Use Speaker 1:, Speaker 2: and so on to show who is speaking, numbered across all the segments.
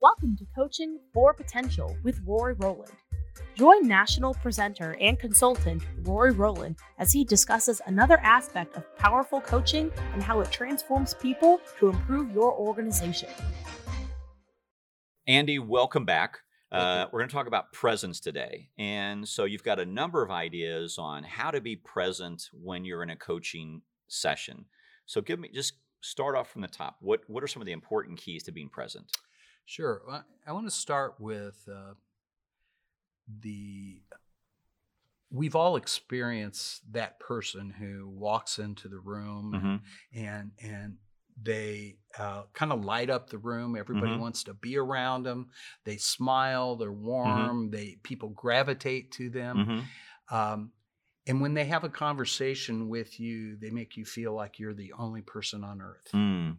Speaker 1: Welcome to Coaching for Potential with Rory Rowland. Join national presenter and consultant Rory Rowland as he discusses another aspect of powerful coaching and how it transforms people to improve your organization.
Speaker 2: Andy, welcome back. Uh,
Speaker 3: Thank
Speaker 2: we're going to talk about presence today. And so you've got a number of ideas on how to be present when you're in a coaching session. So give me just start off from the top. What what are some of the important keys to being present?
Speaker 3: Sure. Well, I want to start with uh, the. We've all experienced that person who walks into the room and and they uh, kind of light up the room. Everybody
Speaker 2: Mhm.
Speaker 3: wants to be around them. They smile. They're warm. They people gravitate to them.
Speaker 2: Mhm.
Speaker 3: Um, and when they have a conversation with you, they make you feel like you're the only person on earth.
Speaker 2: Mm.
Speaker 3: And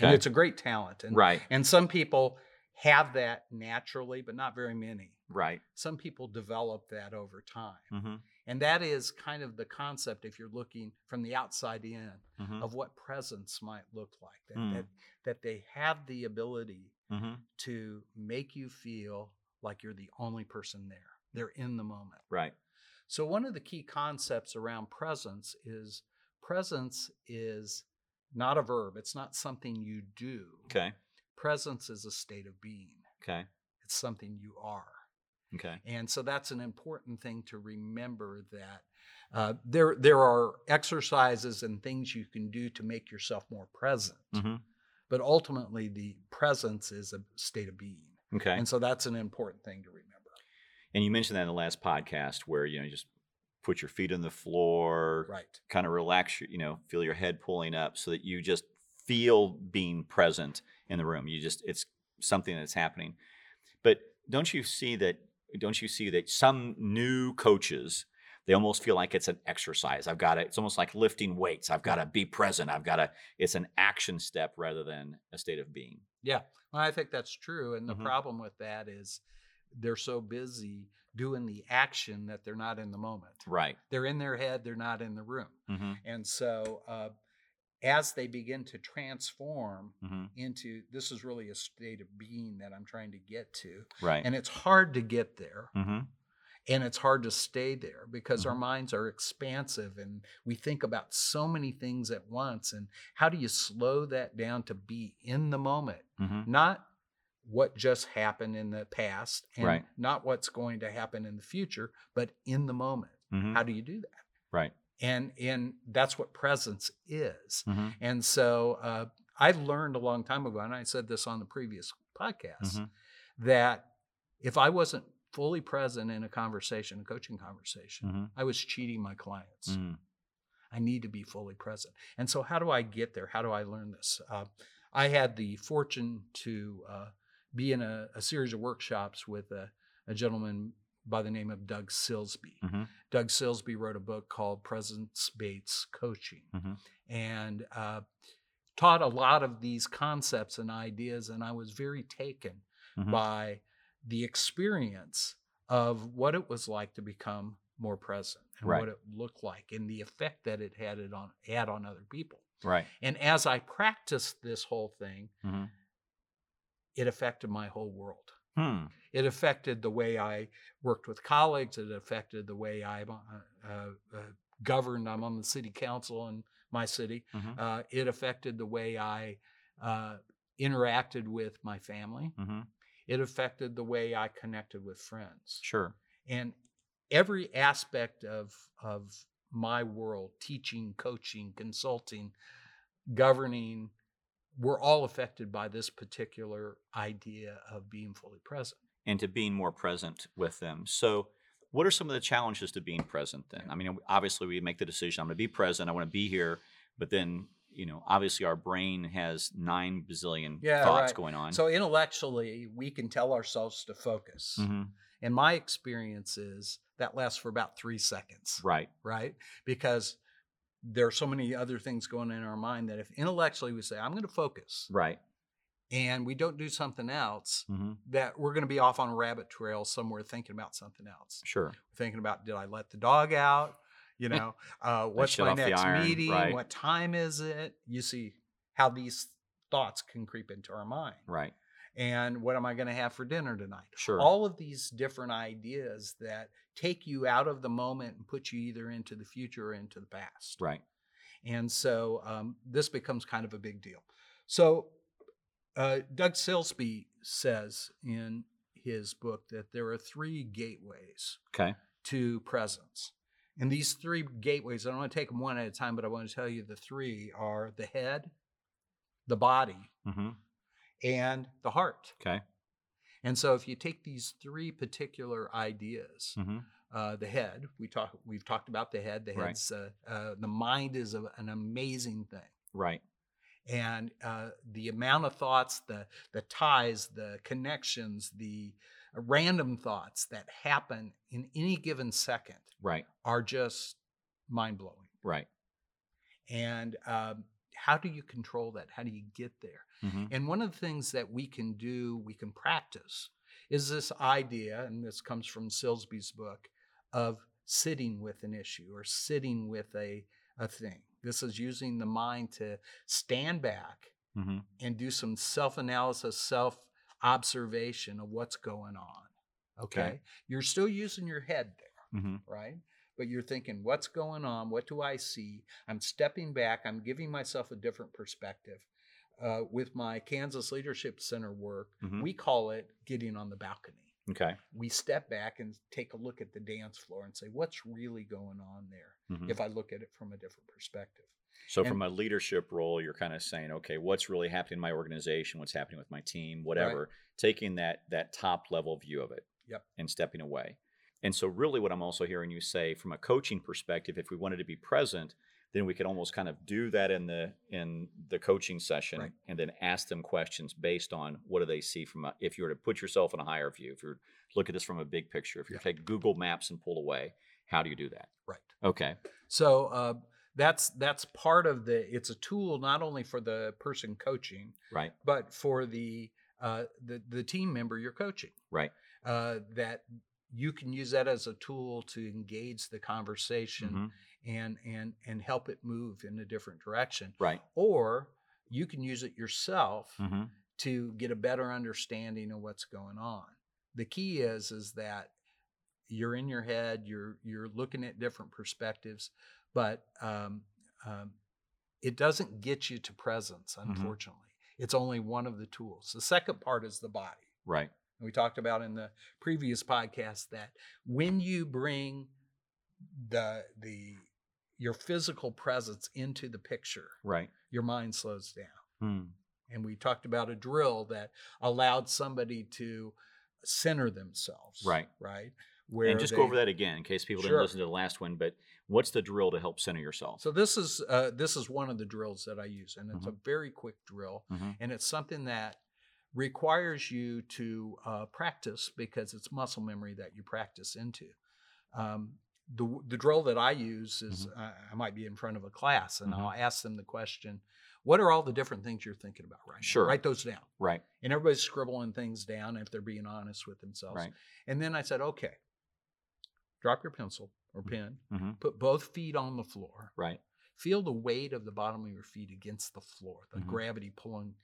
Speaker 2: Okay.
Speaker 3: it's a great talent. And
Speaker 2: Right,
Speaker 3: And some people have that naturally, but not very many.
Speaker 2: right.
Speaker 3: Some people develop that over time.
Speaker 2: Mhm,
Speaker 3: And that is kind of the concept, if you're looking from the outside in,
Speaker 2: mhm,
Speaker 3: of what presence might look like. That,
Speaker 2: Mm.
Speaker 3: that, that they have the ability
Speaker 2: mhm.
Speaker 3: to make you feel like you're the only person there, they're in the moment.
Speaker 2: Right.
Speaker 3: So, one of the key concepts around presence is presence is not a verb, it's not something you do.
Speaker 2: Okay.
Speaker 3: Presence is a state of being.
Speaker 2: Okay.
Speaker 3: It's something you are.
Speaker 2: Okay.
Speaker 3: And so that's an important thing to remember that uh, there, there are exercises and things you can do to make yourself more present.
Speaker 2: Mhm.
Speaker 3: But ultimately, the presence is a state of being.
Speaker 2: Okay.
Speaker 3: And so that's an important thing to remember.
Speaker 2: And you mentioned that in the last podcast where you know you just put your feet on the floor,
Speaker 3: Right.
Speaker 2: kind of relax your, you know feel your head pulling up so that you just feel being present in the room you just it's something that's happening but don't you see that don't you see that some new coaches they almost feel like it's an exercise i've got to it's almost like lifting weights i've got to be present i've got to it's an action step rather than a state of being
Speaker 3: Well, I think that's true. And the
Speaker 2: Mhm.
Speaker 3: problem with that is they're so busy doing the action that they're not in the moment.
Speaker 2: right
Speaker 3: They're in their head, they're not in the room.
Speaker 2: mm-hmm.
Speaker 3: And so uh, as they begin to transform,
Speaker 2: Mm-hmm.
Speaker 3: into this is really a state of being that I'm trying to get to.
Speaker 2: right
Speaker 3: And it's hard to get there
Speaker 2: mm-hmm.
Speaker 3: and it's hard to stay there because our minds are expansive and we think about so many things at once. And how do you slow that down to be in the moment,
Speaker 2: Mm-hmm.
Speaker 3: not what just happened in the past and
Speaker 2: Right.
Speaker 3: not what's going to happen in the future, but in the moment?
Speaker 2: Mm-hmm.
Speaker 3: How do you do that?
Speaker 2: right
Speaker 3: And, and that's what presence is.
Speaker 2: mm-hmm.
Speaker 3: And so uh, I learned a long time ago, and I said this on the previous podcast,
Speaker 2: Mhm.
Speaker 3: that if I wasn't fully present in a conversation, a coaching conversation,
Speaker 2: Mm-hmm.
Speaker 3: I was cheating my clients.
Speaker 2: Mm-hmm.
Speaker 3: I need to be fully present. And so, how do I get there? How do I learn this? Uh, I had the fortune to uh, be in a, a series of workshops with a, a gentleman by the name of Doug Silsby.
Speaker 2: Mhm.
Speaker 3: Doug Silsby wrote a book called Presence Based Coaching
Speaker 2: Mhm.
Speaker 3: and uh, taught a lot of these concepts and ideas. And I was very taken
Speaker 2: Mhm.
Speaker 3: by the experience of what it was like to become more present and
Speaker 2: Right.
Speaker 3: what it looked like and the effect that it had it on had on other people.
Speaker 2: right
Speaker 3: And as I practiced this whole thing,
Speaker 2: mm-hmm.
Speaker 3: it affected my whole world.
Speaker 2: hmm.
Speaker 3: It affected the way I worked with colleagues. It affected the way I uh, uh, governed. I'm on the city council in my city.
Speaker 2: Mhm.
Speaker 3: Uh, it affected the way I uh, interacted with my family.
Speaker 2: Mm-hmm.
Speaker 3: It affected the way I connected with friends.
Speaker 2: sure
Speaker 3: And every aspect of, of my world teaching, coaching, consulting, governing were all affected by this particular idea of being fully present.
Speaker 2: and to being more present with them. So, what are some of the challenges to being present then? I mean, obviously, we make the decision I'm going to be present, I want to be here, but then, you know, obviously, our brain has nine bazillion
Speaker 3: Yeah,
Speaker 2: thoughts
Speaker 3: right.
Speaker 2: going on.
Speaker 3: So intellectually, we can tell ourselves to focus.
Speaker 2: Mhm.
Speaker 3: And my experience is that lasts for about three seconds,
Speaker 2: right,
Speaker 3: right? Because there are so many other things going in our mind that if intellectually we say, I'm going to focus,
Speaker 2: right.
Speaker 3: and we don't do something else,
Speaker 2: hmm
Speaker 3: that we're going to be off on a rabbit trail somewhere thinking about something else.
Speaker 2: Sure.
Speaker 3: Thinking about, did I let the dog out? You know, uh, what's
Speaker 2: shut
Speaker 3: my
Speaker 2: off the
Speaker 3: next
Speaker 2: iron,
Speaker 3: meeting?
Speaker 2: right.
Speaker 3: What time is it? You see how these thoughts can creep into our mind.
Speaker 2: Right.
Speaker 3: and what am I going to have for dinner tonight?
Speaker 2: Sure.
Speaker 3: All of these different ideas that take you out of the moment and put you either into the future or into the past.
Speaker 2: Right.
Speaker 3: And so um, this becomes kind of a big deal. So uh, Doug Silsby says in his book that there are three gateways
Speaker 2: Okay.
Speaker 3: to presence. And these three gateways, I don't want to take them one at a time, but I want to tell you the three are the head, the body,
Speaker 2: Mm-hmm.
Speaker 3: and the heart.
Speaker 2: Okay.
Speaker 3: And so if you take these three particular ideas,
Speaker 2: Mm-hmm.
Speaker 3: uh, the head, we talk, we've talked about the head, the
Speaker 2: Right.
Speaker 3: head's, uh, uh, the mind is a, an amazing thing.
Speaker 2: Right.
Speaker 3: and uh, the amount of thoughts, the the ties, the connections, the uh, random thoughts that happen in any given second
Speaker 2: Right.
Speaker 3: are just mind blowing.
Speaker 2: Right.
Speaker 3: And um, how do you control that? How do you get there?
Speaker 2: Mm-hmm.
Speaker 3: And one of the things that we can do, we can practice, is this idea, and this comes from Silsby's book, of sitting with an issue or sitting with a, a thing. This is using the mind to stand back
Speaker 2: Mm-hmm.
Speaker 3: and do some self analysis, self observation of what's going on. Okay?
Speaker 2: Okay.
Speaker 3: You're still using your head there,
Speaker 2: Mm-hmm.
Speaker 3: right? But you're thinking, what's going on? What do I see? I'm stepping back. I'm giving myself a different perspective. Uh, with my Kansas Leadership Center work,
Speaker 2: Mhm.
Speaker 3: we call it getting on the balcony.
Speaker 2: Okay.
Speaker 3: We step back and take a look at the dance floor and say, what's really going on there
Speaker 2: Mhm.
Speaker 3: if I look at it from a different perspective?
Speaker 2: So,
Speaker 3: And-
Speaker 2: from a leadership role, you're kind of saying, okay, what's really happening in my organization? What's happening with my team? Whatever. Taking that that top level view of it.
Speaker 3: Yep.
Speaker 2: And stepping away. And so, really, what I'm also hearing you say, from a coaching perspective, if we wanted to be present, then we could almost kind of do that in the in the coaching session,
Speaker 3: Right.
Speaker 2: and then ask them questions based on what do they see from a, if you were to put yourself in a higher view, if you are look at this from a big picture, if you
Speaker 3: Yeah.
Speaker 2: take Google Maps and pull away, how do you do that?
Speaker 3: Right.
Speaker 2: Okay.
Speaker 3: So uh, that's that's part of the. It's a tool not only for the person coaching,
Speaker 2: Right.
Speaker 3: but for the uh, the the team member you're coaching.
Speaker 2: Right.
Speaker 3: Uh, that you can use that as a tool to engage the conversation
Speaker 2: Mhm.
Speaker 3: and and and help it move in a different direction,
Speaker 2: Right.
Speaker 3: or you can use it yourself
Speaker 2: Mm-hmm.
Speaker 3: to get a better understanding of what's going on. The key is is that you're in your head, you're you're looking at different perspectives, but um, um, it doesn't get you to presence. Unfortunately, it's only one of the tools. The second part is the body.
Speaker 2: Right.
Speaker 3: And we talked about in the previous podcast that when you bring the the your physical presence into the picture,
Speaker 2: Right.
Speaker 3: your mind slows down
Speaker 2: Hmm.
Speaker 3: and we talked about a drill that allowed somebody to center themselves
Speaker 2: Right.
Speaker 3: right where
Speaker 2: and just
Speaker 3: they-
Speaker 2: go over that again in case people
Speaker 3: Sure.
Speaker 2: didn't listen to the last one. But what's the drill to help center yourself?
Speaker 3: so this is uh, this is one of the drills that i use and
Speaker 2: Mm-hmm.
Speaker 3: it's a very quick drill
Speaker 2: Mhm.
Speaker 3: and it's something that requires you to uh, practice because it's muscle memory that you practice into um, the, the drill that i use is
Speaker 2: Mm-hmm.
Speaker 3: uh, i might be in front of a class and
Speaker 2: Mhm.
Speaker 3: i'll ask them the question what are all the different things you're thinking about right now
Speaker 2: Sure.
Speaker 3: write those down
Speaker 2: Right.
Speaker 3: and everybody's scribbling things down if they're being honest with themselves.
Speaker 2: Right.
Speaker 3: And then I said, okay, drop your pencil or pen,
Speaker 2: Mm-hmm.
Speaker 3: put both feet on the floor,
Speaker 2: Right.
Speaker 3: feel the weight of the bottom of your feet against the floor, the
Speaker 2: Mhm.
Speaker 3: gravity pulling,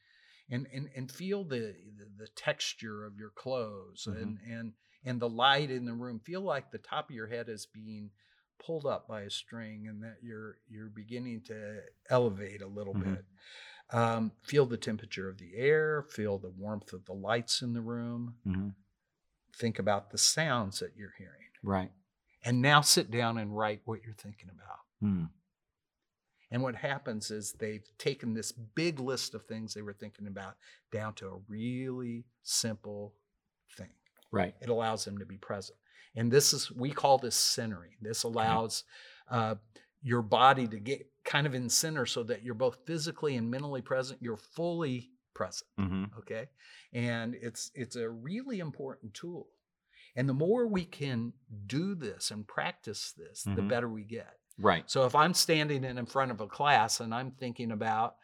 Speaker 3: and and and feel the the, the texture of your clothes
Speaker 2: Mhm.
Speaker 3: and and and the light in the room. Feel like the top of your head is being pulled up by a string and that you're you're beginning to elevate a little
Speaker 2: Mhm.
Speaker 3: bit. Um, feel the temperature of the air, feel the warmth of the lights in the room.
Speaker 2: Mm-hmm.
Speaker 3: Think about the sounds that you're hearing.
Speaker 2: Right.
Speaker 3: And now sit down and write what you're thinking about.
Speaker 2: Mm.
Speaker 3: And what happens is they've taken this big list of things they were thinking about down to a really simple thing.
Speaker 2: Right.
Speaker 3: It allows them to be present. And this is, we call this centering. This allows uh, your body to get kind of in center so that you're both physically and mentally present. You're fully present.
Speaker 2: Mm-hmm.
Speaker 3: Okay. And it's, it's a really important tool. And the more we can do this and practice this, the
Speaker 2: Mhm.
Speaker 3: better we get.
Speaker 2: Right.
Speaker 3: So if I'm standing in, in front of a class and I'm thinking about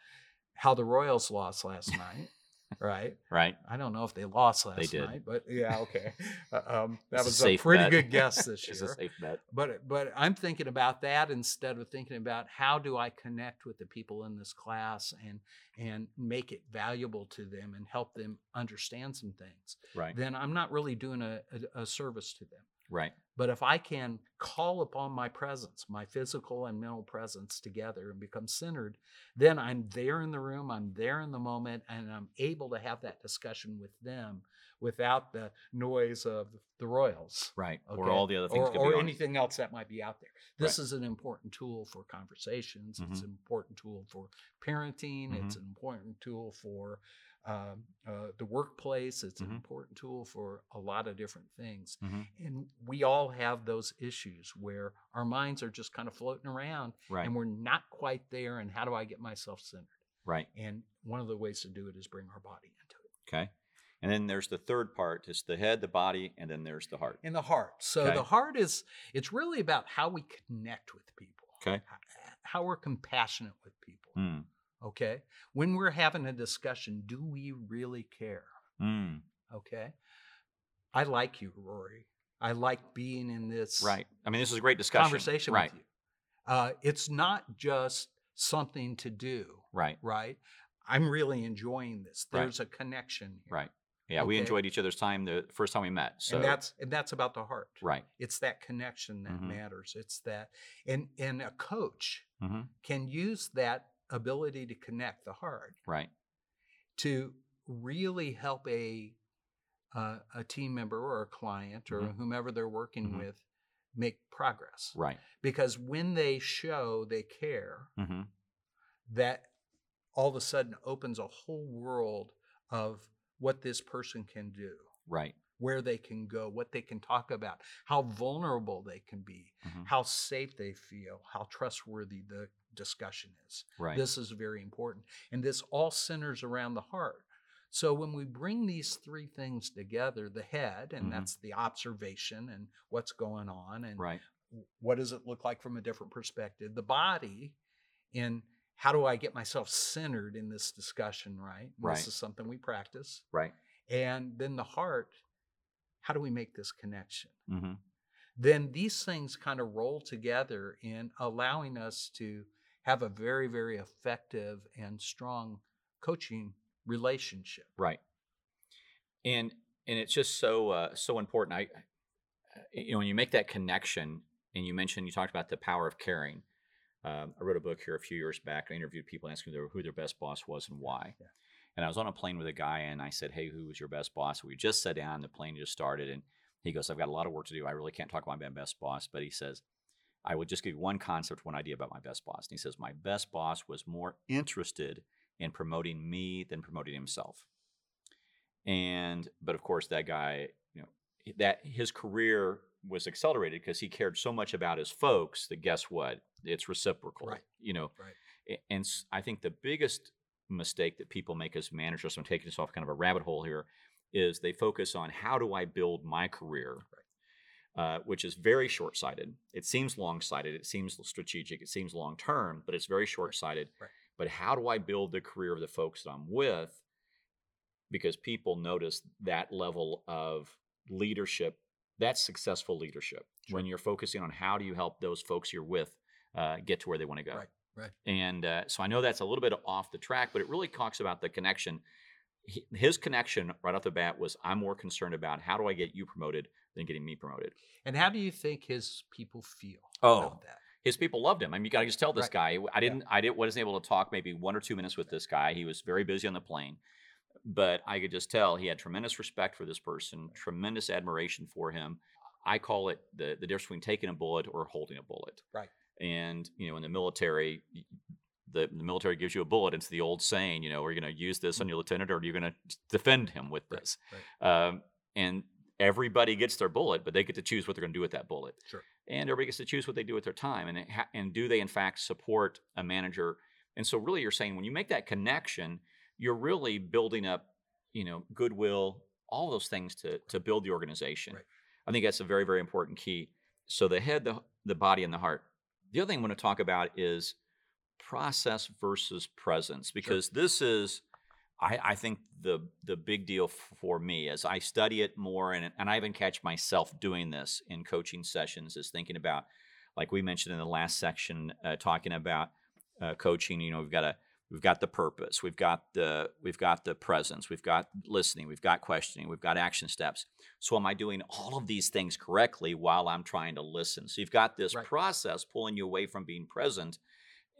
Speaker 3: how the Royals lost last night, right?
Speaker 2: right?
Speaker 3: I don't know if they lost last
Speaker 2: did.
Speaker 3: night, but yeah, okay. Uh, um, that
Speaker 2: It's a
Speaker 3: was a
Speaker 2: safe
Speaker 3: pretty
Speaker 2: bet.
Speaker 3: good guess this
Speaker 2: It's a
Speaker 3: year.
Speaker 2: safe bet.
Speaker 3: But but I'm thinking about that instead of thinking about how do I connect with the people in this class and and make it valuable to them and help them understand some things.
Speaker 2: Right.
Speaker 3: Then I'm not really doing a, a, a service to them.
Speaker 2: Right.
Speaker 3: But if I can call upon my presence, my physical and mental presence together and become centered, then I'm there in the room, I'm there in the moment, and I'm able to have that discussion with them without the noise of the Royals.
Speaker 2: Right. Or
Speaker 3: okay?
Speaker 2: all the other things
Speaker 3: or,
Speaker 2: could
Speaker 3: or
Speaker 2: be on.
Speaker 3: anything else that might be out there. This is an important tool for conversations. It's
Speaker 2: Mhm.
Speaker 3: an important tool for parenting. It's
Speaker 2: Mm-hmm.
Speaker 3: an important tool for um, uh, the workplace. It's an
Speaker 2: Mhm.
Speaker 3: important tool for a lot of different things.
Speaker 2: Mhm.
Speaker 3: And we all have those issues where our minds are just kind of floating around
Speaker 2: Right.
Speaker 3: and we're not quite there. And how do I get myself centered?
Speaker 2: Right.
Speaker 3: And one of the ways to do it is bring our body into it.
Speaker 2: Okay. And then there's the third part. It's the head, the body, and then there's the heart.
Speaker 3: in the heart. So
Speaker 2: Okay.
Speaker 3: the heart is it's really about how we connect with people.
Speaker 2: Okay.
Speaker 3: h- How we're compassionate with people.
Speaker 2: Mm.
Speaker 3: Okay. When we're having a discussion, do we really care?
Speaker 2: Mm.
Speaker 3: Okay. I like you, Rory. I like being in this
Speaker 2: Right. I mean, this is a great discussion.
Speaker 3: conversation
Speaker 2: Right.
Speaker 3: with you. Uh, it's not just something to do,
Speaker 2: Right.
Speaker 3: right? I'm really enjoying this.
Speaker 2: Right.
Speaker 3: There's a connection here.
Speaker 2: Right. Yeah. We
Speaker 3: Okay.
Speaker 2: enjoyed each other's time the first time we met. So
Speaker 3: and that's and that's about the heart.
Speaker 2: right.
Speaker 3: it's that connection that
Speaker 2: Mhm.
Speaker 3: matters it's that and and a coach
Speaker 2: Mhm.
Speaker 3: can use that ability to connect the heart
Speaker 2: Right.
Speaker 3: to really help a uh, a team member or a client or
Speaker 2: Mhm.
Speaker 3: whomever they're working
Speaker 2: Mhm.
Speaker 3: with make progress
Speaker 2: Right.
Speaker 3: because when they show they care
Speaker 2: Mm-hmm.
Speaker 3: that all of a sudden opens a whole world of what this person can do
Speaker 2: Right.
Speaker 3: where they can go, what they can talk about, how vulnerable they can be,
Speaker 2: Mhm.
Speaker 3: how safe they feel, how trustworthy the discussion is.
Speaker 2: Right.
Speaker 3: This is very important. And this all centers around the heart. So when we bring these three things together, the head, and
Speaker 2: Mhm.
Speaker 3: that's the observation and what's going on and
Speaker 2: right.
Speaker 3: what does it look like from a different perspective, the body and how do I get myself centered in this discussion, right? And
Speaker 2: Right.
Speaker 3: This is something we practice.
Speaker 2: Right.
Speaker 3: And then the heart, how do we make this connection?
Speaker 2: Mm-hmm.
Speaker 3: Then these things kind of roll together in allowing us to have a very, very effective and strong coaching relationship.
Speaker 2: Right. And and it's just so uh, so important. I I- you know when you make that connection and you mentioned you talked about the power of caring. Um, I wrote a book here a few years back. I interviewed people asking their, who their best boss was and why.
Speaker 3: Yeah.
Speaker 2: And I was on a plane with a guy and I said, "Hey, who was your best boss?" We just sat down. The plane just started, and he goes, "I've got a lot of work to do. I really can't talk about my best boss." But he says, "I would just give you one concept, one idea about my best boss." And he says, "My best boss was more interested in promoting me than promoting himself." and but of course that guy you know h- that his career was accelerated because he cared so much about his folks that guess what it's reciprocal
Speaker 3: Right.
Speaker 2: you know
Speaker 3: Right.
Speaker 2: A- and s- i think the biggest mistake that people make as managers i'm taking us off kind of a rabbit hole here is they focus on how do i build my career uh, which is very short-sighted it seems long-sighted it seems strategic it seems long-term but it's very short-sighted
Speaker 3: Right.
Speaker 2: but how do i build the career of the folks that i'm with because people notice that level of leadership. That's successful leadership when you're focusing on how do you help those folks you're with uh, get to where they want to go.
Speaker 3: Right, right.
Speaker 2: And uh, so I know that's a little bit off the track, but it really talks about the connection. He- His connection right off the bat was I'm more concerned about how do I get you promoted than getting me promoted.
Speaker 3: And how do you think his people feel
Speaker 2: Oh.
Speaker 3: about that?
Speaker 2: His people loved him. I mean, you got to just tell this guy.
Speaker 3: Right.
Speaker 2: I didn't. I didn't. Wasn't able to talk maybe one or two minutes with this guy. He was very busy on the plane. but I could just tell he had tremendous respect for this person, tremendous admiration for him. I call it the the difference between taking a bullet or holding a bullet.
Speaker 3: Right.
Speaker 2: And you know, in the military, y- the, the military gives you a bullet. It's the old saying, you know, we're going to use this on your lieutenant, or you're going to defend him with
Speaker 3: Mm-hmm. Right,
Speaker 2: this. Um, and everybody gets their bullet, but they get to choose what they're going to do with that bullet.
Speaker 3: Sure.
Speaker 2: And everybody gets to choose what they do with their time, and it ha- and do they in fact support a manager? And so, really, you're saying when you make that connection, you're really building up you know goodwill all those things to to build the organization
Speaker 3: Right.
Speaker 2: i think that's a very very important key so the head the, the body and the heart the other thing i want to talk about is process versus presence because this is I, I think the the big deal f- for me as I study it more and and I even catch myself doing this in coaching sessions is thinking about like we mentioned in the last section uh, talking about uh, coaching you know we've got a we've got the purpose we've got the we've got the presence we've got listening we've got questioning we've got action steps so am I doing all of these things correctly while I'm trying to listen so you've got this
Speaker 3: Right.
Speaker 2: process pulling you away from being present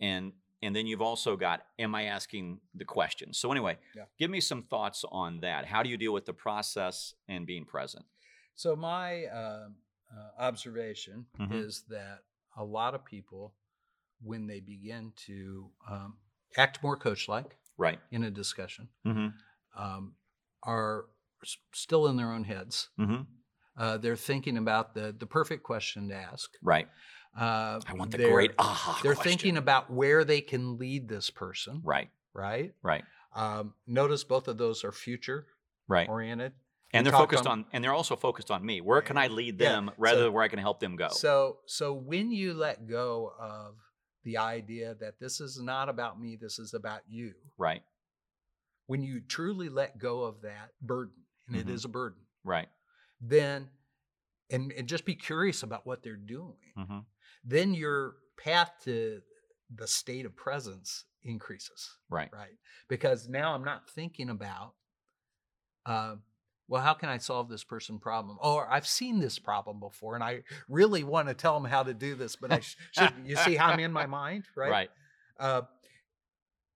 Speaker 2: and and then you've also got am i asking the question so anyway
Speaker 3: Yeah.
Speaker 2: give me some thoughts on that how do you deal with the process and being present
Speaker 3: So my um uh, observation
Speaker 2: Mhm.
Speaker 3: is that a lot of people, when they begin to um, act more coach-like
Speaker 2: right
Speaker 3: in a discussion,
Speaker 2: mm-hmm.
Speaker 3: um, are s- still in their own heads.
Speaker 2: Mm-hmm.
Speaker 3: Uh, they're thinking about the the perfect question to ask.
Speaker 2: right
Speaker 3: Uh,
Speaker 2: i want the
Speaker 3: they're-
Speaker 2: great aha
Speaker 3: They're
Speaker 2: question.
Speaker 3: thinking about where they can lead this person,
Speaker 2: right
Speaker 3: right?
Speaker 2: right
Speaker 3: Um, notice both of those are future
Speaker 2: right
Speaker 3: oriented.
Speaker 2: and
Speaker 3: we
Speaker 2: they're
Speaker 3: talked
Speaker 2: focused
Speaker 3: on-
Speaker 2: on and they're also focused on me where can i lead
Speaker 3: Yeah,
Speaker 2: them rather
Speaker 3: so-
Speaker 2: than where i can help them go
Speaker 3: So so when you let go of the idea that this is not about me, this is about you.
Speaker 2: right
Speaker 3: When you truly let go of that burden, and it
Speaker 2: Mhm.
Speaker 3: is a burden,
Speaker 2: right
Speaker 3: then and, and just be curious about what they're doing.
Speaker 2: mm-hmm.
Speaker 3: Then your path to the state of presence increases.
Speaker 2: right
Speaker 3: right? Because now I'm not thinking about, uh, well, how can I solve this person problem? Or I've seen this problem before, and I really want to tell them how to do this, but I sh- shouldn't. You see how I'm in my mind, right?
Speaker 2: right,
Speaker 3: Uh,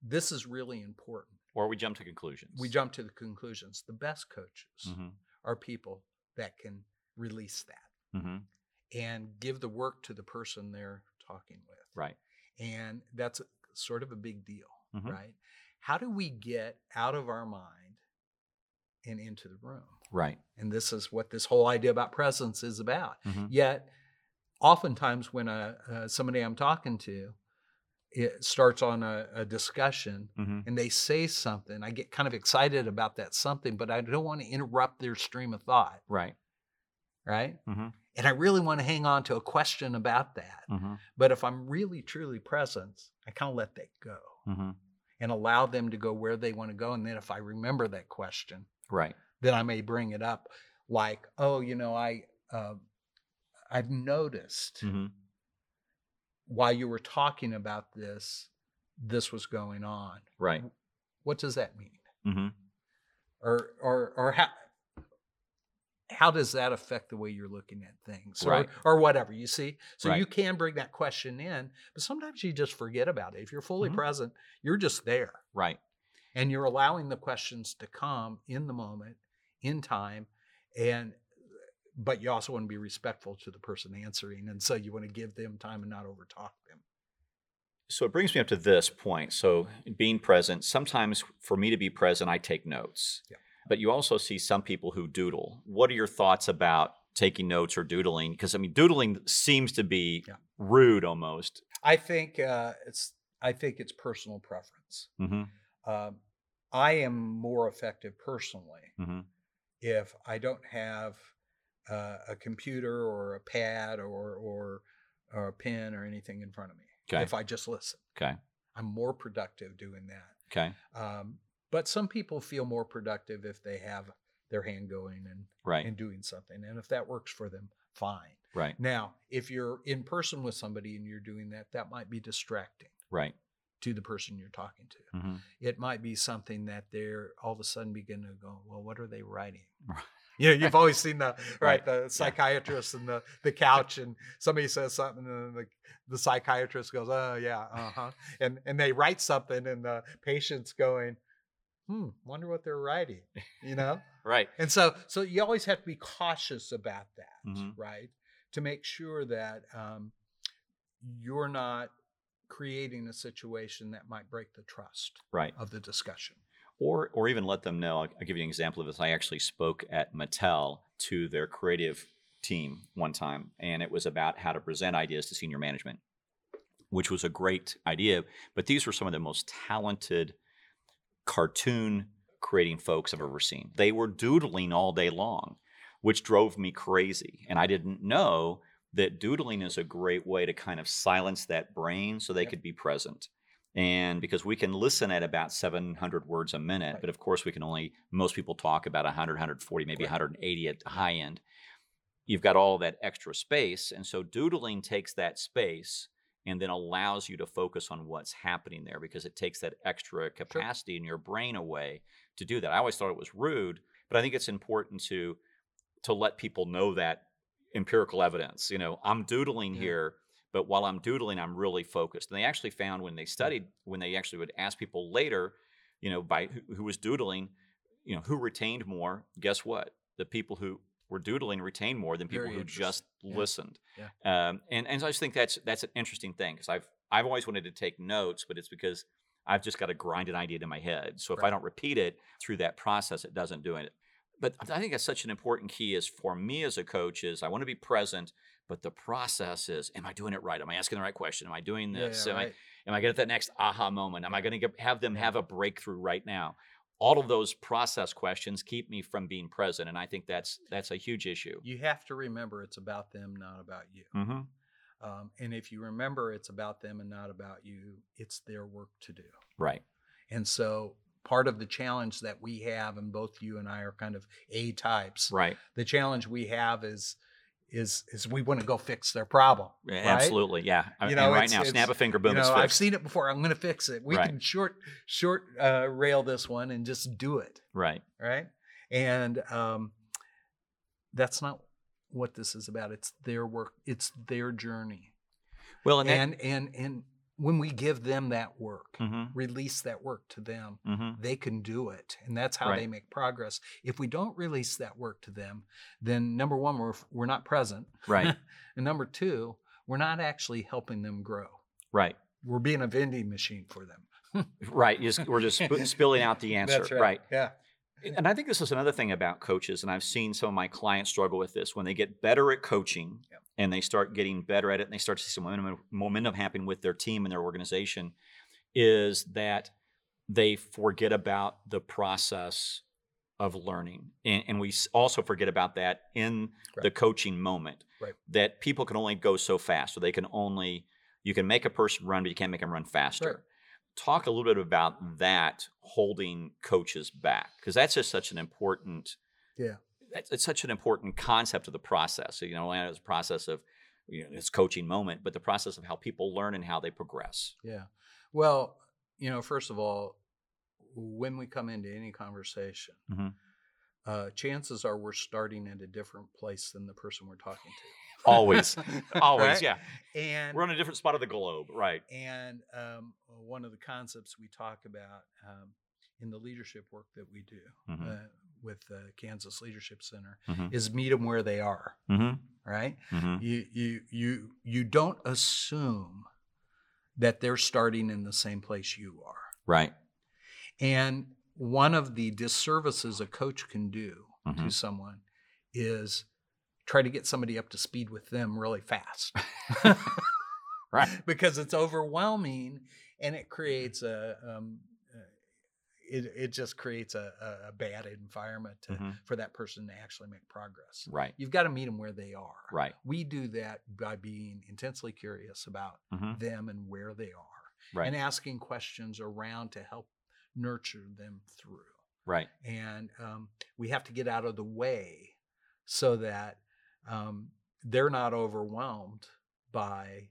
Speaker 3: this is really important.
Speaker 2: or we jump to conclusions
Speaker 3: We jump to the conclusions. The best coaches
Speaker 2: hmm
Speaker 3: are people that can release that
Speaker 2: hmm
Speaker 3: and give the work to the person they're talking with
Speaker 2: right
Speaker 3: and that's a- sort of a big deal,
Speaker 2: Mhm.
Speaker 3: right? How do we get out of our mind and into the room?
Speaker 2: right
Speaker 3: And this is what this whole idea about presence is about.
Speaker 2: Mhm.
Speaker 3: Yet, oftentimes when uh, uh, somebody I'm talking to it starts on a, a discussion
Speaker 2: mm-hmm.
Speaker 3: and they say something, I get kind of excited about that something, but I don't want to interrupt their stream of thought,
Speaker 2: right
Speaker 3: right?
Speaker 2: mm-hmm.
Speaker 3: And I really want to hang on to a question about that.
Speaker 2: Mm-hmm.
Speaker 3: But if I'm really truly present, I kind of let that go
Speaker 2: Mm-hmm.
Speaker 3: and allow them to go where they want to go. And then if I remember that question,
Speaker 2: right
Speaker 3: then I may bring it up like, oh, you know, I, uh, I've noticed
Speaker 2: mm-hmm.
Speaker 3: while you were talking about this, this was going on.
Speaker 2: right
Speaker 3: What does that mean?
Speaker 2: mm-hmm.
Speaker 3: Or, or, or how, how does that affect the way you're looking at things
Speaker 2: Right.
Speaker 3: or, or whatever you see? So
Speaker 2: Right.
Speaker 3: you can bring that question in, but sometimes you just forget about it. If you're fully
Speaker 2: Mhm.
Speaker 3: present, you're just there.
Speaker 2: right
Speaker 3: and you're allowing the questions to come in the moment in time and but you also want to be respectful to the person answering and so you want to give them time and not overtalk them
Speaker 2: so it brings me up to this point so being present sometimes for me to be present i take notes
Speaker 3: Yeah.
Speaker 2: but you also see some people who doodle what are your thoughts about taking notes or doodling because i mean doodling seems to be
Speaker 3: Yeah.
Speaker 2: rude almost
Speaker 3: i think uh, it's i think it's personal preference
Speaker 2: mm-hmm.
Speaker 3: um, i am more effective personally
Speaker 2: Mm-hmm.
Speaker 3: if i don't have uh, a computer or a pad or or or a pen or anything in front of me
Speaker 2: Okay.
Speaker 3: if i just listen
Speaker 2: okay
Speaker 3: i'm more productive doing that
Speaker 2: okay
Speaker 3: Um, but some people feel more productive if they have their hand going and,
Speaker 2: right
Speaker 3: and doing something. And if that works for them, fine.
Speaker 2: right
Speaker 3: Now, if you're in person with somebody and you're doing that, that might be distracting
Speaker 2: right
Speaker 3: to the person you're talking to.
Speaker 2: mm-hmm.
Speaker 3: It might be something that they're all of a sudden begin to go, well, what are they writing? You know, you've always seen the right,
Speaker 2: Right.
Speaker 3: the psychiatrist and the, the couch, and somebody says something, and the, the psychiatrist goes, "Oh yeah, uh huh," and and they write something, and the patient's going, "Hmm, wonder what they're writing," you know.
Speaker 2: right
Speaker 3: and so, so you always have to be cautious about that,
Speaker 2: Mhm.
Speaker 3: right? To make sure that um, you're not creating a situation that might break the trust
Speaker 2: right
Speaker 3: of the discussion.
Speaker 2: or or even let them know. I'll, I'll give you an example of this. I actually spoke at Mattel to their creative team one time, and it was about how to present ideas to senior management, which was a great idea. But these were some of the most talented cartoon creating folks I've ever seen. They were doodling all day long, which drove me crazy, and I didn't know that doodling is a great way to kind of silence that brain so they
Speaker 3: Yep.
Speaker 2: could be present. And because we can listen at about 700 words a minute,
Speaker 3: Right.
Speaker 2: but of course we can only, most people talk about 100, 140, maybe
Speaker 3: Right.
Speaker 2: 180 at the high end. You've got all that extra space. And so doodling takes that space and then allows you to focus on what's happening there because it takes that extra capacity in your brain away to do that. I always thought it was rude, but I think it's important to to let people know that empirical evidence. You know, I'm doodling
Speaker 3: Yeah.
Speaker 2: here, but while I'm doodling, I'm really focused. And they actually found when they studied, when they actually would ask people later, you know, by who, who was doodling, you know, who retained more. Guess what? The people who were doodling retained more than people
Speaker 3: Very
Speaker 2: who just
Speaker 3: Yeah.
Speaker 2: listened.
Speaker 3: Yeah.
Speaker 2: Um, and and so I just think that's that's an interesting thing because I've I've always wanted to take notes, but it's because I've just got to grind an idea to my head. So if I
Speaker 3: Right.
Speaker 2: don't repeat it through that process, it doesn't do it but I think that's such an important key is for me as a coach is I want to be present, but the process is, am I doing it right? Am I asking the right question? Am I doing this? am,
Speaker 3: right.
Speaker 2: I, am I going to that next aha moment? Am I going to have them have a breakthrough right now? All of those process questions keep me from being present. And I think that's, that's a huge issue.
Speaker 3: You have to remember it's about them, not about you.
Speaker 2: Mm-hmm.
Speaker 3: Um, and if you remember it's about them and not about you, it's their work to do.
Speaker 2: Right.
Speaker 3: And so part of the challenge that we have, and both you and I are kind of A types,
Speaker 2: Right.
Speaker 3: the challenge we have is is is we want to go fix their problem.
Speaker 2: Yeah,
Speaker 3: right?
Speaker 2: Absolutely. Yeah. I-
Speaker 3: You
Speaker 2: and
Speaker 3: know,
Speaker 2: right
Speaker 3: it's-
Speaker 2: now,
Speaker 3: it's-
Speaker 2: snap a finger,
Speaker 3: You
Speaker 2: boom, it's
Speaker 3: know,
Speaker 2: fixed.
Speaker 3: I've seen it before. I'm going to fix it. We
Speaker 2: Right.
Speaker 3: can short short uh, rail this one and just do it,
Speaker 2: right.
Speaker 3: right? And um, that's not what this is about. It's their work. It's their journey.
Speaker 2: Well, and,
Speaker 3: And and and when we give them that work,
Speaker 2: that, hmm
Speaker 3: release that work to them,
Speaker 2: hmm
Speaker 3: they can do it and that's how
Speaker 2: Right.
Speaker 3: they make progress if we don't release that work to them then number one we're, we're not present
Speaker 2: right.
Speaker 3: and number two we're not actually helping them grow
Speaker 2: Right.
Speaker 3: we're being a vending machine for them
Speaker 2: Right. You Just, we're just sp- spilling out the answer. right.
Speaker 3: yeah
Speaker 2: And I think this is another thing about coaches, and I've seen some of my clients struggle with this when they get better at coaching
Speaker 3: Yep.
Speaker 2: and they start getting better at it and they start to see some momentum, momentum happen with their team and their organization is that they forget about the process of learning. And, and we s- also forget about that in the
Speaker 3: Right.
Speaker 2: coaching moment
Speaker 3: Right.
Speaker 2: that people can only go so fast, so they can only, you can make a person run, but you can't make them run faster
Speaker 3: Sure.
Speaker 2: talk a little bit about that holding coaches back because that's just such an important
Speaker 3: Yeah.
Speaker 2: that's, it's such an important concept of the process you know it's a process of you know it's coaching moment but the process of how people learn and how they progress
Speaker 3: yeah well you know first of all when we come into any conversation
Speaker 2: Mhm.
Speaker 3: uh, chances are we're starting at a different place than the person we're talking to
Speaker 2: Always. always
Speaker 3: Right?
Speaker 2: yeah
Speaker 3: and
Speaker 2: we're on a different spot of the globe right
Speaker 3: And um, one of the concepts we talk about um, in the leadership work that we do
Speaker 2: Mhm.
Speaker 3: uh, with the Kansas Leadership Center
Speaker 2: Mhm.
Speaker 3: is meet them where they are.
Speaker 2: mm-hmm,
Speaker 3: Right?
Speaker 2: mm-hmm.
Speaker 3: You you you you don't assume that they're starting in the same place you are.
Speaker 2: right
Speaker 3: And one of the disservices a coach can do to
Speaker 2: Mhm.
Speaker 3: someone is try to get somebody up to speed with them really fast.
Speaker 2: Right.
Speaker 3: Because it's overwhelming and it creates a, um, uh, it, it just creates a, a- a bad environment to,
Speaker 2: Mhm.
Speaker 3: for that person to actually make progress.
Speaker 2: right
Speaker 3: You've got to meet them where they are.
Speaker 2: right
Speaker 3: We do that by being intensely curious about
Speaker 2: Mhm.
Speaker 3: them and where they are
Speaker 2: right
Speaker 3: and asking questions around to help nurture them through.
Speaker 2: right
Speaker 3: And um, we have to get out of the way so that um, they're not overwhelmed by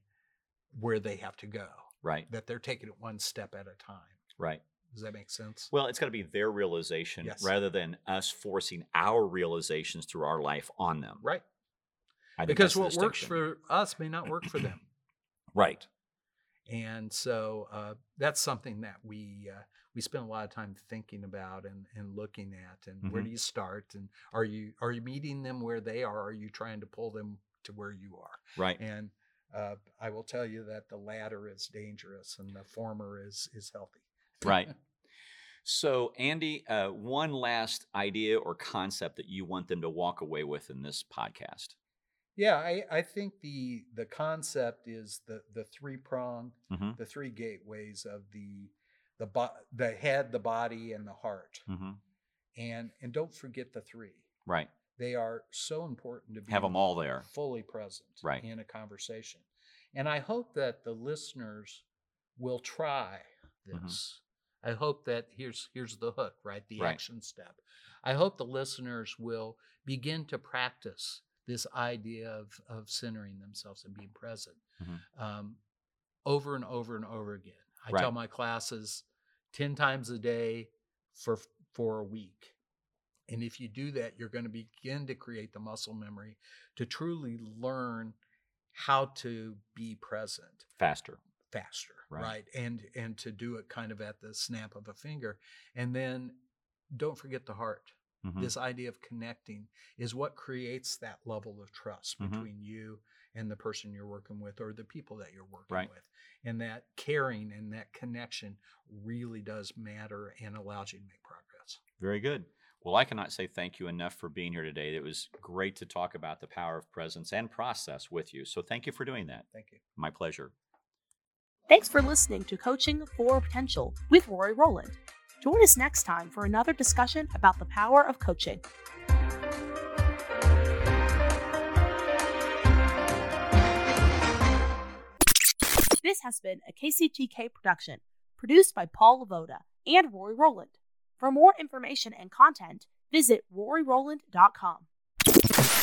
Speaker 3: where they have to go,
Speaker 2: right
Speaker 3: that they're taking it one step at a time.
Speaker 2: right
Speaker 3: Does that make sense?
Speaker 2: Well, it's got to be their realization
Speaker 3: Yes.
Speaker 2: rather than us forcing our realizations through our life on them.
Speaker 3: right.
Speaker 2: I think
Speaker 3: Because
Speaker 2: that's
Speaker 3: what
Speaker 2: the
Speaker 3: works
Speaker 2: distinction.
Speaker 3: for us may not work for them.
Speaker 2: right,
Speaker 3: And so uh, that's something that we uh, we spend a lot of time thinking about and, and looking at. And where
Speaker 2: Mhm.
Speaker 3: do you start? And are you are you meeting them where they are? Are you trying to pull them to where you are?
Speaker 2: right,
Speaker 3: And uh, I will tell you that the latter is dangerous, and the former is is healthy.
Speaker 2: right. So, Andy, uh, one last idea or concept that you want them to walk away with in this podcast.
Speaker 3: Yeah, I, I think the the concept is the the three prong,
Speaker 2: Mhm.
Speaker 3: the three gateways of the the bo- the head, the body, and the heart.
Speaker 2: Mm-hmm.
Speaker 3: And and don't forget the three.
Speaker 2: Right,
Speaker 3: they are so important to be
Speaker 2: have them all there.
Speaker 3: fully present
Speaker 2: Right.
Speaker 3: in a conversation. And I hope that the listeners will try
Speaker 2: Mhm.
Speaker 3: this. I hope that here's here's the hook, right? The
Speaker 2: Right.
Speaker 3: action step. I hope the listeners will begin to practice this idea of of centering themselves and being present
Speaker 2: Mhm.
Speaker 3: um, over and over and over again. I
Speaker 2: Right.
Speaker 3: tell my classes ten times a day for for a week. And if you do that, you're going to begin to create the muscle memory to truly learn how to be present
Speaker 2: faster.
Speaker 3: faster
Speaker 2: Right.
Speaker 3: right. and and to do it kind of at the snap of a finger and then don't forget the heart
Speaker 2: Mhm.
Speaker 3: this idea of connecting is what creates that level of trust
Speaker 2: Mhm.
Speaker 3: between you and the person you're working with or the people that you're working
Speaker 2: Right.
Speaker 3: with and that caring and that connection really does matter and allows you to make progress
Speaker 2: Very good. Well, I cannot say thank you enough for being here today. It was great to talk about the power of presence and process with you. So thank you for doing that.
Speaker 3: thank you
Speaker 2: My pleasure.
Speaker 1: Thanks for listening to Coaching for Potential with Rory Rowland. Join us next time for another discussion about the power of coaching. This has been a KCTK production produced by Paul Lavoda and Rory Rowland. For more information and content, visit RoryRowland.com.